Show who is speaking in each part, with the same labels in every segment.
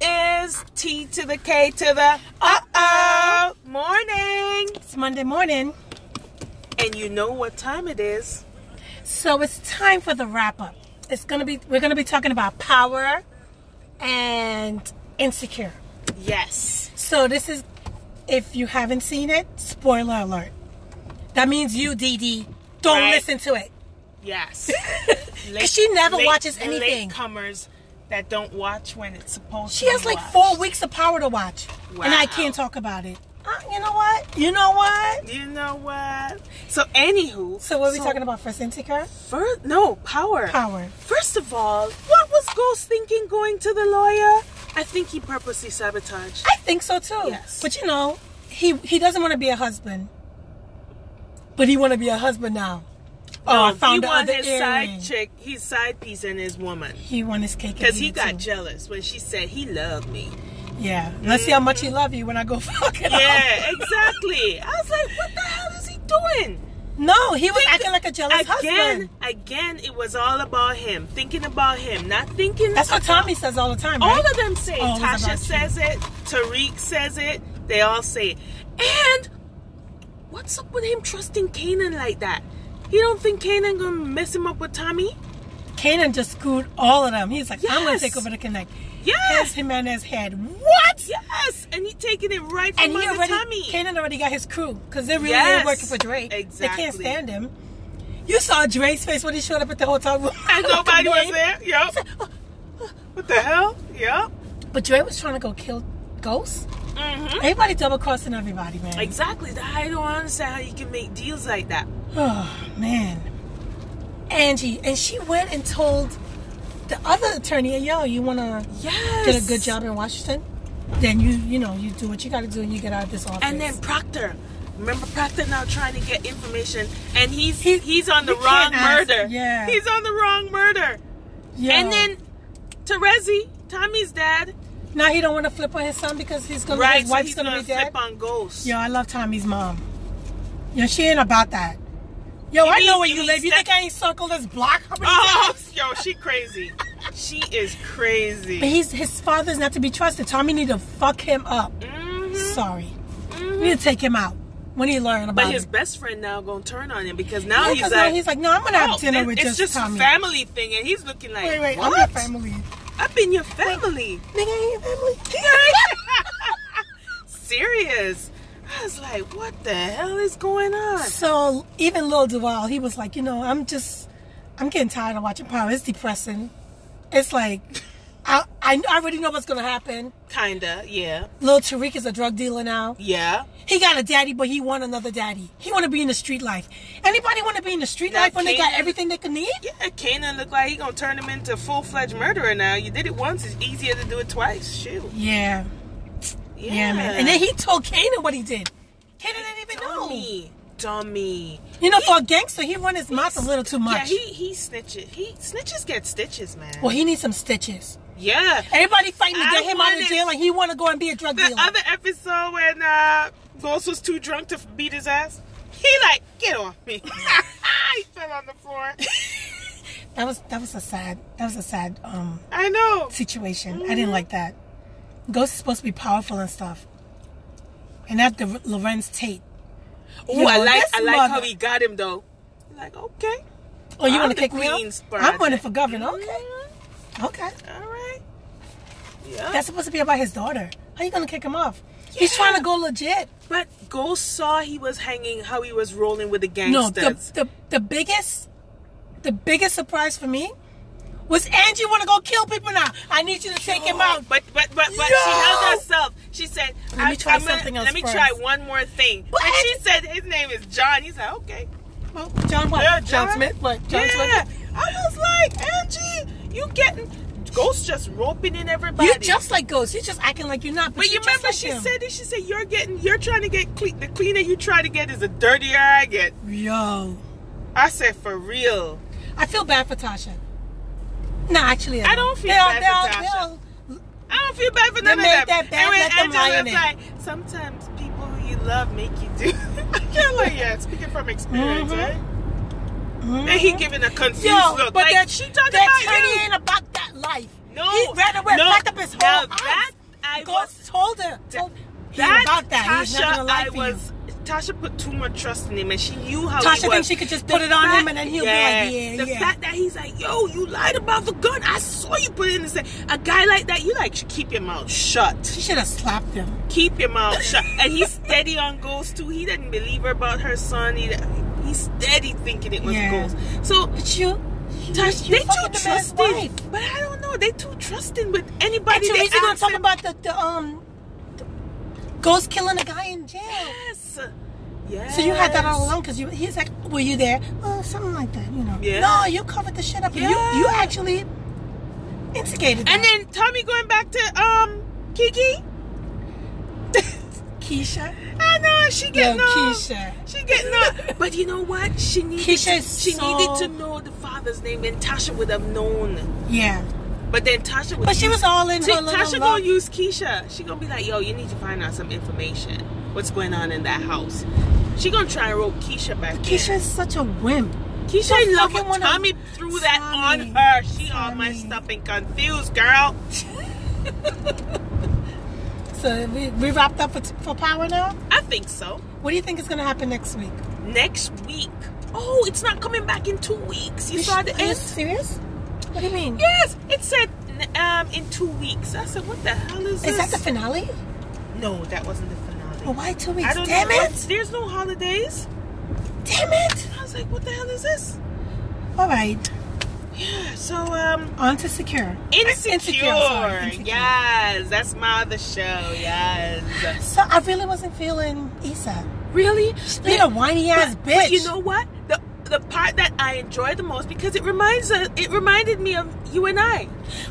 Speaker 1: It's T to the K to the uh oh morning.
Speaker 2: It's Monday morning,
Speaker 1: And you know what time it is.
Speaker 2: so it's time for the wrap up. It's gonna be we're gonna be talking about power and insecure.
Speaker 1: Yes.
Speaker 2: So this is if you haven't seen it, spoiler alert. That means you, Dee Dee, don't
Speaker 1: Right.
Speaker 2: listen to it.
Speaker 1: Yes.
Speaker 2: Cause she never watches anything.
Speaker 1: Latecomers that don't watch when it's supposed
Speaker 2: She
Speaker 1: to
Speaker 2: has
Speaker 1: be
Speaker 2: like
Speaker 1: watched.
Speaker 2: four weeks of power to watch, and
Speaker 1: Wow.
Speaker 2: I can't talk about it. Uh, you know what? You know what?
Speaker 1: You know what? So anywho.
Speaker 2: So what are we talking about first, insecure?
Speaker 1: First, no power.
Speaker 2: Power.
Speaker 1: First of all, what was Ghost thinking going to the lawyer? I think he purposely sabotaged.
Speaker 2: I think so too.
Speaker 1: Yes.
Speaker 2: But you know, he he doesn't want to be a husband. But he want to be a husband now.
Speaker 1: No,
Speaker 2: oh, I found
Speaker 1: he
Speaker 2: the
Speaker 1: want
Speaker 2: other
Speaker 1: his
Speaker 2: earring.
Speaker 1: side chick, his side piece, and his woman.
Speaker 2: He want his cake and
Speaker 1: Because he
Speaker 2: eat it,
Speaker 1: got
Speaker 2: too.
Speaker 1: jealous when she said he loved me.
Speaker 2: yeah. Let's see how much he love you when I go fucking.
Speaker 1: Mm. Yeah, exactly. I was like, what the hell is he doing?
Speaker 2: No, he was acting like a jealous
Speaker 1: Again,
Speaker 2: husband.
Speaker 1: again, it was all about him, thinking about him, not thinking.
Speaker 2: That's what
Speaker 1: about-
Speaker 2: Tommy says all the time.
Speaker 1: All
Speaker 2: Right?
Speaker 1: of them say. it.
Speaker 2: Always about
Speaker 1: Tasha
Speaker 2: you.
Speaker 1: says it. Tariq says it. They all say it. And what's up with him trusting Kanan like that? He don't think Kanan gonna mess him up with Tommy?
Speaker 2: Kanan just screwed all of them. He's like, I'm gonna
Speaker 1: Yes.
Speaker 2: take over the connect. Has
Speaker 1: Yes,
Speaker 2: Jimenez head. What?
Speaker 1: yes. And he taking it right from
Speaker 2: And he
Speaker 1: under
Speaker 2: already,
Speaker 1: Tommy.
Speaker 2: Kanan already got his crew because they're really
Speaker 1: Yes,
Speaker 2: working for Drake. They can't
Speaker 1: exactly.
Speaker 2: stand him. You saw Drake's face when he showed up at the hotel room.
Speaker 1: and nobody was there. Yep.
Speaker 2: uh,
Speaker 1: What the hell? Yep.
Speaker 2: But Dre was trying to go kill ghosts.
Speaker 1: hmm
Speaker 2: Everybody double crossing everybody, man.
Speaker 1: Exactly. I don't understand how you can make deals like that.
Speaker 2: oh man, Angie, and she went and told the other attorney, "Yo, you want to
Speaker 1: Yes.
Speaker 2: get a good job in Washington? Then you, you know, you do what you got to do, and you get out of this office."
Speaker 1: And then Proctor. Remember Proctor now trying to get information and he's
Speaker 2: He-
Speaker 1: he's on the
Speaker 2: you
Speaker 1: wrong
Speaker 2: can't ask-
Speaker 1: murder.
Speaker 2: yeah.
Speaker 1: He's on the wrong murder.
Speaker 2: Yo.
Speaker 1: And then Terezi, Tommy's dad,
Speaker 2: now he don't want to flip on his son because he's gonna
Speaker 1: right?
Speaker 2: Oh, his
Speaker 1: So
Speaker 2: wife's
Speaker 1: he's
Speaker 2: gonna,
Speaker 1: gonna
Speaker 2: be dead.
Speaker 1: flip on Ghost.
Speaker 2: Yo, I love Tommy's mom. Yo, she ain't about that. Yo, I
Speaker 1: mean-
Speaker 2: know where
Speaker 1: you
Speaker 2: you
Speaker 1: mean
Speaker 2: live. You
Speaker 1: step-
Speaker 2: think I ain't circled this block? How many
Speaker 1: Oh,
Speaker 2: times?
Speaker 1: yo, she crazy. she is crazy.
Speaker 2: But he's his father's not to be trusted. Tommy need to fuck him up.
Speaker 1: Mhm.
Speaker 2: Sorry. We need to take him out when he learn about
Speaker 1: But his
Speaker 2: it.
Speaker 1: best friend now gonna turn on him because now
Speaker 2: Um, Yeah, 'cause
Speaker 1: he's
Speaker 2: now
Speaker 1: like,
Speaker 2: he's like, no, I'm gonna have
Speaker 1: oh,
Speaker 2: dinner
Speaker 1: it-
Speaker 2: with
Speaker 1: it's
Speaker 2: just
Speaker 1: just
Speaker 2: Tommy.
Speaker 1: a family thing, and he's looking like,
Speaker 2: Wait, wait,
Speaker 1: what?
Speaker 2: I'm your family.
Speaker 1: I've been your family.
Speaker 2: Nigga, I ain't your family.
Speaker 1: Serious. I was like, what the hell is going on?
Speaker 2: so even Lil Duval, he was like, you know, I'm just, I'm getting tired of watching Power. It's depressing. It's like, I, I already know what's gonna happen.
Speaker 1: Kinda, yeah,
Speaker 2: Lil Tariq is a drug dealer now.
Speaker 1: yeah.
Speaker 2: He got a daddy, but he want another daddy. He want to be in the street life. Anybody want to be in the street
Speaker 1: Now,
Speaker 2: life when they got
Speaker 1: Kanan-
Speaker 2: everything they could need?
Speaker 1: Yeah, Kanan looked like he gonna turn him into a full-fledged murderer now. You did it once, it's easier to do it twice. Shoot.
Speaker 2: Yeah.
Speaker 1: Yeah,
Speaker 2: Yeah, man. And then he told Kanan what he did. Kanan didn't even know.
Speaker 1: Dummy. Dummy.
Speaker 2: You know, for a gangster, he run his mouth a little too
Speaker 1: Yeah,
Speaker 2: much.
Speaker 1: he, he snitches. He snitches get stitches, man.
Speaker 2: well, he needs some stitches.
Speaker 1: yeah.
Speaker 2: Everybody fighting to
Speaker 1: I
Speaker 2: get him out of
Speaker 1: wanted-
Speaker 2: jail, and he want to go and be a drug
Speaker 1: The
Speaker 2: dealer.
Speaker 1: other episode when uh, Ghost was too drunk to beat his ass, he like, get off me. he fell on the floor.
Speaker 2: that was that was a sad that was a sad um
Speaker 1: I know.
Speaker 2: situation. I
Speaker 1: Mm-hmm.
Speaker 2: didn't like that. Ghost is supposed to be powerful and stuff, and not the Lorenz Tate.
Speaker 1: Ooh, I
Speaker 2: know,
Speaker 1: like
Speaker 2: this
Speaker 1: I like how
Speaker 2: mother-
Speaker 1: he got him though. Like, okay.
Speaker 2: Oh, you
Speaker 1: I'm
Speaker 2: want
Speaker 1: the
Speaker 2: to kick me
Speaker 1: Queen's
Speaker 2: out? I'm
Speaker 1: Project.
Speaker 2: running for governor. Okay,
Speaker 1: Mhm.
Speaker 2: okay.
Speaker 1: All right. Yeah.
Speaker 2: That's supposed to be about his daughter. How you gonna kick him off? He's
Speaker 1: Yeah.
Speaker 2: trying to go legit.
Speaker 1: but Ghost saw he was hanging, how he was rolling with the
Speaker 2: No,
Speaker 1: gangsters.
Speaker 2: the, the the biggest the biggest surprise for me was Angie want to go kill people now. I need you to take him out.
Speaker 1: But but but, but
Speaker 2: Yo!
Speaker 1: she held herself. She said,
Speaker 2: me
Speaker 1: I'm-
Speaker 2: try
Speaker 1: I'm gonna-
Speaker 2: something else
Speaker 1: Let me
Speaker 2: first."
Speaker 1: try one more thing."
Speaker 2: But
Speaker 1: and
Speaker 2: I-
Speaker 1: she said, "His name is John." He's like, "Okay."
Speaker 2: Well, John what?
Speaker 1: Yeah,
Speaker 2: John,
Speaker 1: John.
Speaker 2: Smith? What? John
Speaker 1: yeah.
Speaker 2: Smith?
Speaker 1: I was like, Angie, you getting Ghost just roping in everybody.
Speaker 2: You just like ghosts. You're just acting like you're not. But,
Speaker 1: But you
Speaker 2: you
Speaker 1: remember she
Speaker 2: him.
Speaker 1: said it. She said you're getting, you're trying to get clean. The cleaner you try to get is the dirtier I get.
Speaker 2: "Yo,
Speaker 1: I said for real.
Speaker 2: I feel bad for Tasha." No, actually,
Speaker 1: I don't feel
Speaker 2: They're all-
Speaker 1: bad for
Speaker 2: they're all-
Speaker 1: Tasha.
Speaker 2: they're all-
Speaker 1: I don't feel bad for
Speaker 2: They
Speaker 1: none of
Speaker 2: made
Speaker 1: them.
Speaker 2: that bad,
Speaker 1: and when
Speaker 2: let them lie
Speaker 1: Angela
Speaker 2: in
Speaker 1: was
Speaker 2: it.
Speaker 1: like, sometimes people who you love make you do. I'm like, yeah, speaking from experience,
Speaker 2: Mhm.
Speaker 1: right?
Speaker 2: Mhm.
Speaker 1: And he giving a confused
Speaker 2: Yo,
Speaker 1: look.
Speaker 2: but
Speaker 1: like,
Speaker 2: that
Speaker 1: she talking
Speaker 2: that
Speaker 1: about
Speaker 2: Teddy
Speaker 1: you.
Speaker 2: ain't about that life.
Speaker 1: No,
Speaker 2: he ran away,
Speaker 1: no,
Speaker 2: packed up his
Speaker 1: now
Speaker 2: whole
Speaker 1: that
Speaker 2: house.
Speaker 1: I I
Speaker 2: Go,
Speaker 1: was-
Speaker 2: told her. Told him
Speaker 1: that
Speaker 2: about that. He's not
Speaker 1: Tasha,
Speaker 2: gonna lie
Speaker 1: I
Speaker 2: for
Speaker 1: was. Tasha put too much trust in him, and she knew how.
Speaker 2: Tasha
Speaker 1: he was.
Speaker 2: thinks she could just put it on him and then he'll be like, yeah,
Speaker 1: The
Speaker 2: yeah.
Speaker 1: fact that he's like, "Yo, you lied about the gun. I saw you put it in the safe." A guy like that, you like should keep your mouth
Speaker 2: you.
Speaker 1: shut.
Speaker 2: She should have slapped him.
Speaker 1: Keep your mouth shut. And he's steady on goals too. He didn't believe her about her son. He, he's steady thinking it was
Speaker 2: Yeah.
Speaker 1: goals. So
Speaker 2: But you,
Speaker 1: Tash,
Speaker 2: you
Speaker 1: they too
Speaker 2: fucking the man's
Speaker 1: trusting.
Speaker 2: wife.
Speaker 1: But I don't know. They too trusting with
Speaker 2: and
Speaker 1: anybody. they
Speaker 2: Teresa gonna
Speaker 1: ask
Speaker 2: talk
Speaker 1: them-
Speaker 2: about the, the um, the ghost killing a guy in jail.
Speaker 1: Yes. Yes.
Speaker 2: So you had that all along because you he's like, were you there? Oh, something like that, you know.
Speaker 1: Yeah.
Speaker 2: No, you covered the shit up.
Speaker 1: Yeah.
Speaker 2: You you actually instigated.
Speaker 1: And
Speaker 2: that.
Speaker 1: then Tommy going back to um Kiki.
Speaker 2: Keisha,
Speaker 1: I know she getting
Speaker 2: Yo,
Speaker 1: up.
Speaker 2: Keisha.
Speaker 1: She getting up. But you know what? She needed.
Speaker 2: Keisha is
Speaker 1: she
Speaker 2: so-
Speaker 1: needed to know the father's name, and Tasha would have known.
Speaker 2: yeah,
Speaker 1: But then Tasha would.
Speaker 2: but she
Speaker 1: use-
Speaker 2: was all in
Speaker 1: See,
Speaker 2: her little
Speaker 1: Tasha
Speaker 2: love.
Speaker 1: gonna use Keisha. She gonna be like, "Yo, you need to find out some information. What's going on in that house?" She gonna try and rope Keisha back. in.
Speaker 2: Keisha is such a wimp.
Speaker 1: Keisha in love
Speaker 2: fucking
Speaker 1: with
Speaker 2: wanna-
Speaker 1: Tommy threw that
Speaker 2: Tommy,
Speaker 1: on her. She all
Speaker 2: Tommy.
Speaker 1: messed up and confused, girl.
Speaker 2: So we, we wrapped up for, for power now.
Speaker 1: I think so.
Speaker 2: What do you think is gonna happen next week?
Speaker 1: Next week. Oh, it's not coming back in two weeks. You
Speaker 2: We
Speaker 1: saw
Speaker 2: should-
Speaker 1: the
Speaker 2: Are you
Speaker 1: end.
Speaker 2: serious? What do you mean?
Speaker 1: Yes, it said um in two weeks. I said, what the hell is,
Speaker 2: Is
Speaker 1: this?
Speaker 2: that the finale?
Speaker 1: no, that wasn't the finale.
Speaker 2: But why two weeks?
Speaker 1: I don't
Speaker 2: Damn
Speaker 1: know. what-
Speaker 2: it!
Speaker 1: There's no holidays.
Speaker 2: Damn it!
Speaker 1: I was like, what the hell is this?
Speaker 2: All right,
Speaker 1: So um,
Speaker 2: on to secure.
Speaker 1: insecure.
Speaker 2: sorry, Insecure.
Speaker 1: Yes, that's my other show. Yes.
Speaker 2: So I really wasn't feeling Issa.
Speaker 1: Really?
Speaker 2: Being a whiny ass
Speaker 1: But-
Speaker 2: bitch.
Speaker 1: But you know what? The the part that I enjoy the most because it reminds us, it reminded me of you and I.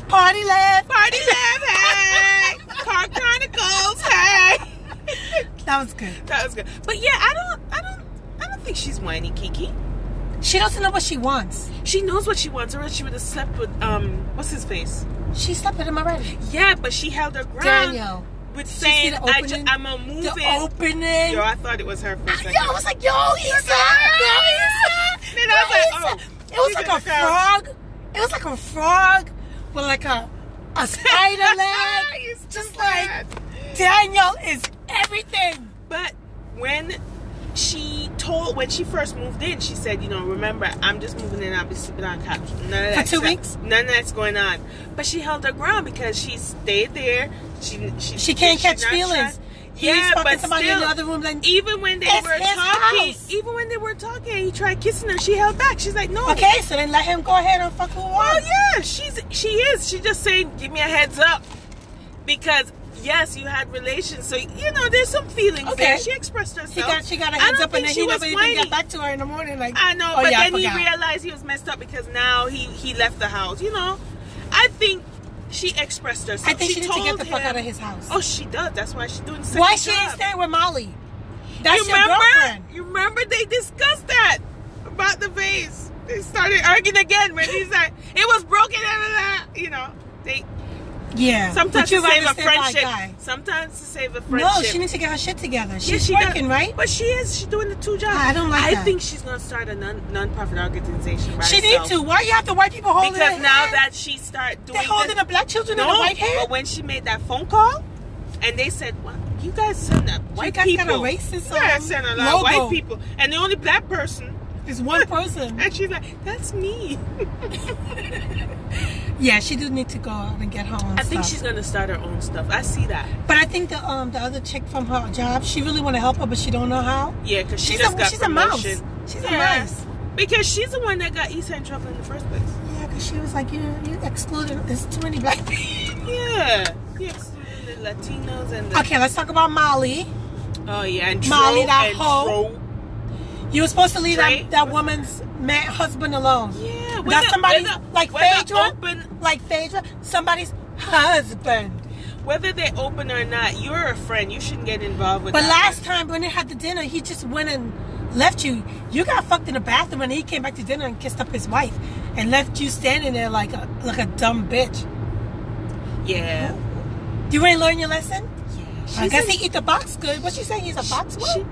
Speaker 2: party left.
Speaker 1: Party Lab, hey! Car Chronicles, hey!
Speaker 2: That was good.
Speaker 1: that was good. But yeah, I don't I don't I don't think she's whiny, Kiki.
Speaker 2: She doesn't know what she wants.
Speaker 1: She knows what she wants, or else she would have slept with um what's his face?
Speaker 2: She slept with him already.
Speaker 1: Yeah, but she held her ground
Speaker 2: Daniel.
Speaker 1: with
Speaker 2: you see
Speaker 1: saying
Speaker 2: the
Speaker 1: I ju-
Speaker 2: opening?
Speaker 1: I'm a moving.
Speaker 2: The opening.
Speaker 1: Yo, I thought it was her for a second.
Speaker 2: Yo, I was like, yo, Issa. Yo, Issa.
Speaker 1: Then I was
Speaker 2: Yo,
Speaker 1: like,
Speaker 2: Issa.
Speaker 1: oh,
Speaker 2: It was
Speaker 1: she's
Speaker 2: like
Speaker 1: in
Speaker 2: a
Speaker 1: the crowd.
Speaker 2: frog. It was like a frog with like a, a spider leg.
Speaker 1: He's
Speaker 2: Just
Speaker 1: too
Speaker 2: like,
Speaker 1: bad.
Speaker 2: Daniel is everything.
Speaker 1: But when she told when she first moved in, she said, you know, remember, I'm just moving in, I'll be sleeping on couch. None of that
Speaker 2: two
Speaker 1: stuff-
Speaker 2: weeks?
Speaker 1: None of that's going on. But she held her ground because she stayed there. She she,
Speaker 2: She can't
Speaker 1: she's
Speaker 2: catch
Speaker 1: not
Speaker 2: feelings.
Speaker 1: trying-
Speaker 2: He's
Speaker 1: Yeah,
Speaker 2: fucking
Speaker 1: but
Speaker 2: somebody
Speaker 1: still,
Speaker 2: in the other room. Like,
Speaker 1: even when they
Speaker 2: It's
Speaker 1: were
Speaker 2: his
Speaker 1: talking,
Speaker 2: house.
Speaker 1: even when they were talking, he tried kissing her. She held back. She's like, no.
Speaker 2: okay, so then let him go ahead and fuck who he
Speaker 1: Oh
Speaker 2: wants.
Speaker 1: yeah, she's she is. She just saying, give me a heads up, because yes, you had relations, so you know there's some feelings
Speaker 2: Okay.
Speaker 1: there. She expressed herself.
Speaker 2: She got she got a
Speaker 1: I
Speaker 2: heads
Speaker 1: don't
Speaker 2: up and
Speaker 1: think
Speaker 2: then
Speaker 1: she
Speaker 2: he
Speaker 1: was
Speaker 2: never even
Speaker 1: whiny.
Speaker 2: got back to her in the morning. Like
Speaker 1: I know,
Speaker 2: oh,
Speaker 1: but
Speaker 2: yeah, I
Speaker 1: then he
Speaker 2: forgot.
Speaker 1: realized he was messed up because now he he left the house. You know, I think she expressed herself.
Speaker 2: I think she, needs to get
Speaker 1: told
Speaker 2: the fuck
Speaker 1: him-
Speaker 2: out of his house.
Speaker 1: Oh, she does. That's why she's doing. Such
Speaker 2: Why
Speaker 1: a
Speaker 2: she
Speaker 1: job.
Speaker 2: ain't staying with Molly? That's
Speaker 1: you
Speaker 2: your
Speaker 1: remember?
Speaker 2: girlfriend.
Speaker 1: You remember they discussed that about the vase. They started arguing again when he's like, "It was broken," blah, blah, blah," you know. They
Speaker 2: Yeah.
Speaker 1: Sometimes
Speaker 2: but you're
Speaker 1: to save
Speaker 2: right,
Speaker 1: a
Speaker 2: stay by
Speaker 1: friendship.
Speaker 2: guy.
Speaker 1: Sometimes to save a friendship.
Speaker 2: No, she needs to get her shit together.
Speaker 1: Yeah,
Speaker 2: She's
Speaker 1: she
Speaker 2: working,
Speaker 1: does.
Speaker 2: right?
Speaker 1: But she is. She's doing the two jobs.
Speaker 2: I don't like
Speaker 1: I
Speaker 2: that.
Speaker 1: think she's gonna start a non nonprofit organization. By
Speaker 2: She
Speaker 1: herself.
Speaker 2: needs to. Why you have the white people holding
Speaker 1: Because
Speaker 2: her
Speaker 1: now
Speaker 2: hand?
Speaker 1: that she start doing
Speaker 2: they're holding
Speaker 1: the,
Speaker 2: the black children in
Speaker 1: no,
Speaker 2: the white hair?
Speaker 1: but when she made that phone call, and they said, "What you guys send up white
Speaker 2: guys got a
Speaker 1: people?
Speaker 2: racist,
Speaker 1: you guys
Speaker 2: um,
Speaker 1: send a lot of
Speaker 2: logo."
Speaker 1: white people, and the only black person."
Speaker 2: It's one person.
Speaker 1: And she's like, "That's me."
Speaker 2: yeah, she do need to go out and get her own
Speaker 1: I think
Speaker 2: stuff.
Speaker 1: she's gonna start her own stuff. I see that.
Speaker 2: But I think the um the other chick from her job, she really want to help her, but she don't know how.
Speaker 1: Yeah, because she
Speaker 2: She's
Speaker 1: just
Speaker 2: a-
Speaker 1: got
Speaker 2: she's a mouse.
Speaker 1: promotion.
Speaker 2: She's a
Speaker 1: Yeah.
Speaker 2: mouse.
Speaker 1: Because she's the one that got Issa in trouble in the first place.
Speaker 2: Yeah, because she was like, you you excluded. There's too many black people.
Speaker 1: Yeah. He excluded the Latinos and the.
Speaker 2: Okay, let's talk about Molly.
Speaker 1: Oh, yeah. And
Speaker 2: Molly,
Speaker 1: Dro,
Speaker 2: that
Speaker 1: and
Speaker 2: hoe. You were supposed to leave
Speaker 1: Drake?
Speaker 2: that, that woman's man, husband alone.
Speaker 1: Dro. Yeah.
Speaker 2: Not somebody like
Speaker 1: whether
Speaker 2: Phaedra.
Speaker 1: Open,
Speaker 2: Like Phaedra, somebody's husband.
Speaker 1: whether they open or not, you're a friend. You shouldn't get involved with
Speaker 2: But
Speaker 1: that
Speaker 2: last
Speaker 1: person.
Speaker 2: time when they had the dinner, he just went and left you. You got fucked in the bathroom, and he came back to dinner and kissed up his wife, and left you standing there like a like a dumb bitch.
Speaker 1: Yeah.
Speaker 2: You ain't learn your lesson. I
Speaker 1: She's
Speaker 2: guess
Speaker 1: in-
Speaker 2: he eat the box good. What she saying? He's a box. What?
Speaker 1: she-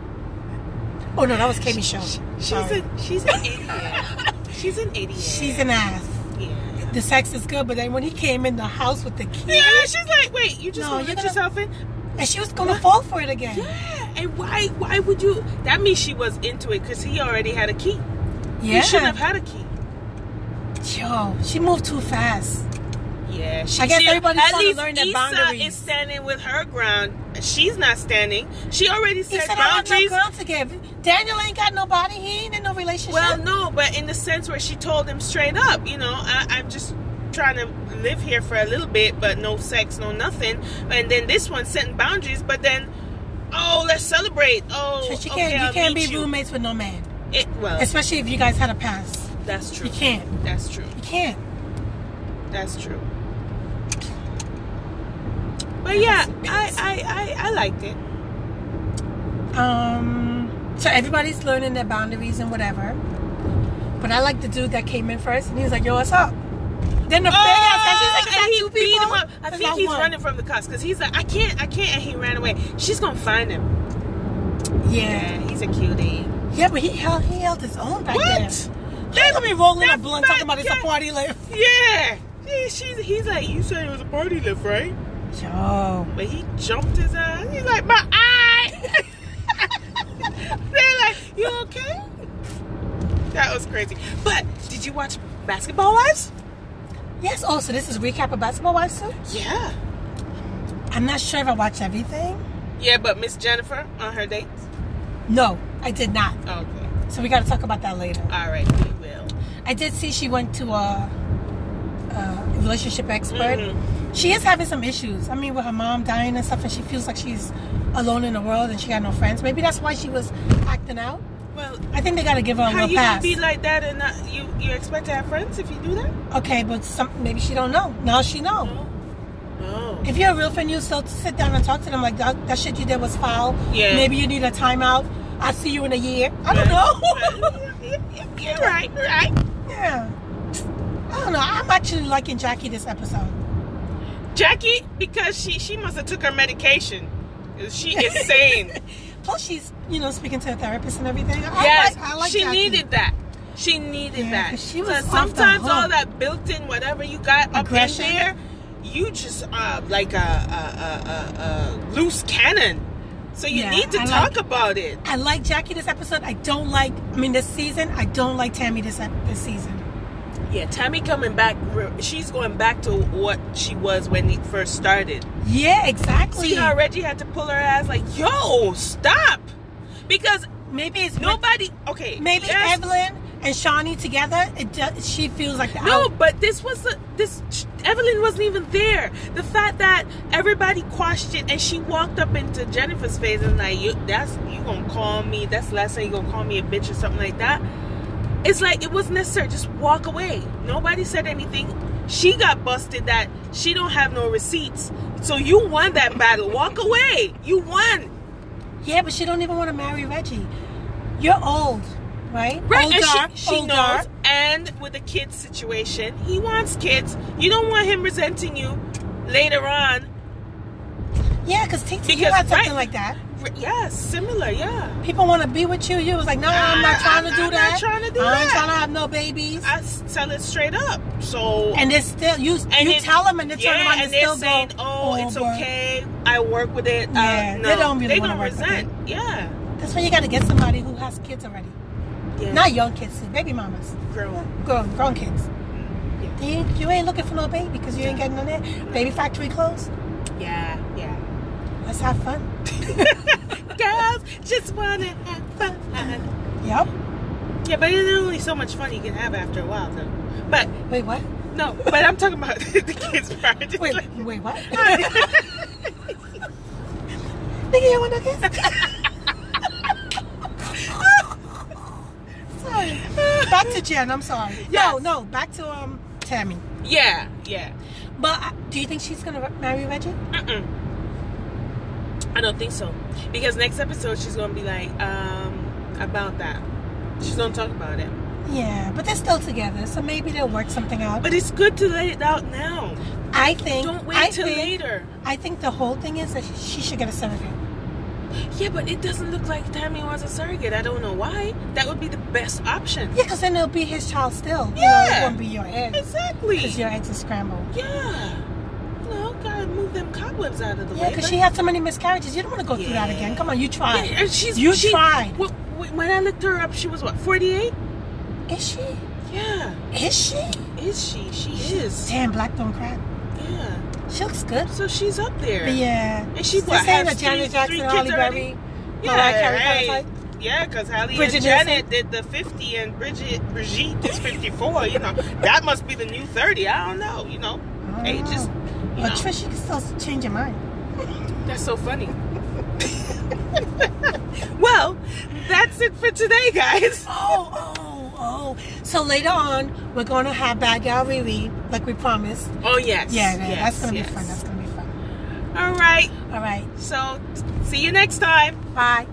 Speaker 2: oh no, that was Kimmy Show.
Speaker 1: She's,
Speaker 2: Sorry.
Speaker 1: a, she's an idiot. she's an idiot.
Speaker 2: She's an ass.
Speaker 1: Yeah.
Speaker 2: the sex is good, but then when he came in the house with the kid,
Speaker 1: Yeah, she's like, wait, you just
Speaker 2: No,
Speaker 1: want to
Speaker 2: you're
Speaker 1: let
Speaker 2: gonna-
Speaker 1: yourself in?
Speaker 2: and she was gonna fall for it again.
Speaker 1: Yeah. And why? Why would you? That means she was into it because he already had a key. He shouldn't have had a key.
Speaker 2: Yo, she moved too fast.
Speaker 1: Yeah, she,
Speaker 2: I guess
Speaker 1: she,
Speaker 2: everybody's
Speaker 1: at
Speaker 2: trying to
Speaker 1: least
Speaker 2: learn their
Speaker 1: Issa
Speaker 2: boundaries.
Speaker 1: is standing with her ground. She's not standing. She already
Speaker 2: He
Speaker 1: said,
Speaker 2: said, I have no
Speaker 1: boundaries.
Speaker 2: ground to give. Daniel ain't got nobody. He ain't in no relationship.
Speaker 1: well, no, but in the sense where she told him straight up, you know, I, I'm just trying to live here for a little bit, but no sex, no nothing. And then this one setting boundaries, but then, oh, let's celebrate. Oh,
Speaker 2: But you
Speaker 1: okay,
Speaker 2: can't,
Speaker 1: I'll
Speaker 2: you can't
Speaker 1: meet
Speaker 2: be
Speaker 1: you.
Speaker 2: roommates with no man,
Speaker 1: It, well,
Speaker 2: especially if you guys had a past.
Speaker 1: that's true.
Speaker 2: You can't.
Speaker 1: That's true.
Speaker 2: You can't.
Speaker 1: That's true. But yeah, I, I, I, I liked it.
Speaker 2: Um, so everybody's learning their boundaries and whatever. But I like the dude that came in first, and he was like, "Yo, what's up?" Then the big ass guy, she's like,
Speaker 1: Oh, and
Speaker 2: "Is that
Speaker 1: he
Speaker 2: two
Speaker 1: beat
Speaker 2: people?"
Speaker 1: him up. I
Speaker 2: It's
Speaker 1: think
Speaker 2: not
Speaker 1: he's
Speaker 2: one.
Speaker 1: running from the cops because he's like, I can't, I can't, and he ran away. She's gonna find him.
Speaker 2: Yeah,
Speaker 1: Yeah, he's a cutie.
Speaker 2: yeah, but he held he held his own back there.
Speaker 1: What?
Speaker 2: They gonna be rolling a
Speaker 1: that
Speaker 2: blunt talking about
Speaker 1: fat
Speaker 2: it's a
Speaker 1: guy-
Speaker 2: party life.
Speaker 1: Yeah. Yeah, she's, he's like, you said it was a party lift, right?
Speaker 2: Yo,
Speaker 1: But he jumped his ass. He's like, my eye. They're like, you okay? That was crazy. But did you watch Basketball Wives?
Speaker 2: yes. Oh, so this is recap of basketball wives too.
Speaker 1: Yeah.
Speaker 2: I'm not sure if I watched everything.
Speaker 1: Yeah, but Miss Jennifer on her dates.
Speaker 2: No, I did not.
Speaker 1: Okay.
Speaker 2: So we gotta talk about that later.
Speaker 1: All right, we will.
Speaker 2: I did see she went to a, a relationship expert.
Speaker 1: Mhm.
Speaker 2: She is having some issues. I mean, with her mom dying and stuff, and she feels like she's alone in the world and she got no friends. Maybe that's why she was acting out.
Speaker 1: Well,
Speaker 2: I think they gotta give her a
Speaker 1: how
Speaker 2: little
Speaker 1: you gonna
Speaker 2: pass.
Speaker 1: be like that and not you? You expect to have friends if you do that?
Speaker 2: okay, but some, maybe she don't know. Now she know.
Speaker 1: Oh.
Speaker 2: If you're a real fan, you still sit down and talk to them like that. That shit you did was foul.
Speaker 1: Yeah.
Speaker 2: Maybe you need a timeout. I'll see you in a year. I don't know.
Speaker 1: You're right. Right.
Speaker 2: yeah. I don't know. I'm actually liking Jackie this episode.
Speaker 1: Jackie, because she she must have took her medication. She is sane.
Speaker 2: Plus, she's you know speaking to a therapist and everything. I
Speaker 1: yes,
Speaker 2: like, I like
Speaker 1: she
Speaker 2: Jackie.
Speaker 1: needed that. She needed
Speaker 2: Yeah,
Speaker 1: that.
Speaker 2: 'cause she was
Speaker 1: 'Cause
Speaker 2: off the
Speaker 1: sometimes all
Speaker 2: hook.
Speaker 1: that built-in whatever you got
Speaker 2: Aggression.
Speaker 1: up in there, you just uh, like a, a, a, a, a loose cannon. So you
Speaker 2: Yeah,
Speaker 1: need to
Speaker 2: I
Speaker 1: talk
Speaker 2: like-
Speaker 1: about it.
Speaker 2: I like Jackie this episode. I don't like. I mean, this season. I don't like Tammy this ep- this season.
Speaker 1: Yeah, Tammy coming back. re- She's going back to what she was when it first started.
Speaker 2: Oh, Yeah, exactly.
Speaker 1: See how Reggie had to pull her ass like, "Yo, stop," because
Speaker 2: maybe it's
Speaker 1: nobody. Okay,
Speaker 2: Maybe
Speaker 1: yes,
Speaker 2: Evelyn and Shawnee together. It just, she feels like the
Speaker 1: No,
Speaker 2: out-
Speaker 1: but this was a, this. Evelyn wasn't even there. The fact that everybody quashed it and she walked up into Jennifer's face and like, you, "That's you gonna call me? That's the last time you gonna call me a bitch or something like that." It's like it wasn't necessary. Just walk away. Nobody said anything. She got busted that she don't have no receipts. So you won that battle. Walk away. You won.
Speaker 2: Yeah, but she don't even want to marry Reggie. You're old, right?
Speaker 1: Right,
Speaker 2: Older,
Speaker 1: and she, she
Speaker 2: older.
Speaker 1: knows. And with the kids situation, he wants kids. You don't want him resenting you later on.
Speaker 2: Yeah, cause TT you
Speaker 1: Because-
Speaker 2: had something
Speaker 1: right.
Speaker 2: like that.
Speaker 1: R- Yeah, similar. Yeah,
Speaker 2: People want to be with you. You was like, no, I'm
Speaker 1: I-
Speaker 2: not trying to
Speaker 1: I'm
Speaker 2: do
Speaker 1: not
Speaker 2: that.
Speaker 1: trying to do
Speaker 2: I ain't
Speaker 1: that."
Speaker 2: trying to have no babies.
Speaker 1: I s- tell it straight up. So
Speaker 2: And they're still you.
Speaker 1: and
Speaker 2: you
Speaker 1: it-
Speaker 2: tell them, and they turn
Speaker 1: yeah,
Speaker 2: around
Speaker 1: and
Speaker 2: and,
Speaker 1: they're
Speaker 2: still
Speaker 1: saying,
Speaker 2: go.
Speaker 1: "Oh, it's
Speaker 2: bro."
Speaker 1: okay. I work with it."
Speaker 2: Yeah,
Speaker 1: uh,
Speaker 2: they
Speaker 1: no,
Speaker 2: don't really
Speaker 1: They
Speaker 2: wanna
Speaker 1: don't
Speaker 2: work with it.
Speaker 1: resent. Yeah,
Speaker 2: That's when you gotta get somebody who has kids already,
Speaker 1: yeah.
Speaker 2: not young kids, see, baby mamas,
Speaker 1: girl.
Speaker 2: grown grown kids.
Speaker 1: Yeah.
Speaker 2: You, you ain't looking for no baby because you ain't getting none. there. Baby factory clothes.
Speaker 1: Yeah, yeah.
Speaker 2: Let's have fun.
Speaker 1: Girls just wanna have fun.
Speaker 2: Yep.
Speaker 1: Yeah, but there's only so much fun you can have after a while, though. But
Speaker 2: Wait, what?
Speaker 1: no, but I'm talking about the kids part. Just
Speaker 2: Wait,
Speaker 1: like-
Speaker 2: wait, what? Nigga, you want no kids? sorry. Back to Jen. I'm sorry. No,
Speaker 1: Yes.
Speaker 2: no. Back to um Tammy.
Speaker 1: yeah, yeah.
Speaker 2: But uh, do you think she's gonna re- marry Reggie?
Speaker 1: Mm-mm. I don't think so. Because next episode she's gonna be like, um, about that. She's gonna talk about it.
Speaker 2: Yeah, but they're still together, so maybe they'll work something out.
Speaker 1: But it's good to let it out now.
Speaker 2: I think
Speaker 1: Don't wait
Speaker 2: I
Speaker 1: till
Speaker 2: think,
Speaker 1: later.
Speaker 2: I think the whole thing is that she should get a surrogate.
Speaker 1: Yeah, but it doesn't look like Tammy was a surrogate. I don't know why. That would be the best option.
Speaker 2: Yeah, because then it'll be his child still. You know,
Speaker 1: Yeah.
Speaker 2: it won't be your eggs.
Speaker 1: Exactly.
Speaker 2: Because your eggs are scrambled.
Speaker 1: yeah. No, gotta move them cobwebs out of the
Speaker 2: Yeah,
Speaker 1: way.
Speaker 2: because
Speaker 1: but-
Speaker 2: she had so many miscarriages. You don't want to go through that
Speaker 1: Yeah.
Speaker 2: again. Come on, you tried.
Speaker 1: Yeah, and she's
Speaker 2: You
Speaker 1: she,
Speaker 2: tried.
Speaker 1: wh- wh- when I looked her up, she was what, 48?
Speaker 2: Is she?
Speaker 1: Yeah.
Speaker 2: Is she?
Speaker 1: Is she? She is.
Speaker 2: Damn, black don't crack.
Speaker 1: Yeah.
Speaker 2: She looks good.
Speaker 1: So she's up there.
Speaker 2: But yeah.
Speaker 1: And she,
Speaker 2: the
Speaker 1: what,
Speaker 2: same
Speaker 1: has
Speaker 2: as Janet
Speaker 1: three-
Speaker 2: Jackson,
Speaker 1: three
Speaker 2: Holly
Speaker 1: kids already?
Speaker 2: Berry,
Speaker 1: Yeah,
Speaker 2: Mariah Carey
Speaker 1: right.
Speaker 2: kind of
Speaker 1: Yeah, because Hallie
Speaker 2: Bridget
Speaker 1: and Janet did the 50 and Bridget Brigitte is 54. You know, that must be the new 30. I don't know. You know,
Speaker 2: don't
Speaker 1: ages.
Speaker 2: know.
Speaker 1: You
Speaker 2: But
Speaker 1: know.
Speaker 2: Trish, you can still change your mind.
Speaker 1: That's so funny. well, that's it for today, guys.
Speaker 2: Oh, oh, oh. So later on, we're going to have Bad Gal Riri, like we promised.
Speaker 1: Oh, yes.
Speaker 2: Yeah, yeah,
Speaker 1: yes,
Speaker 2: that's going to
Speaker 1: yes.
Speaker 2: be fun. That's going to be fun.
Speaker 1: All right.
Speaker 2: All right.
Speaker 1: So, see you next time.
Speaker 2: Bye.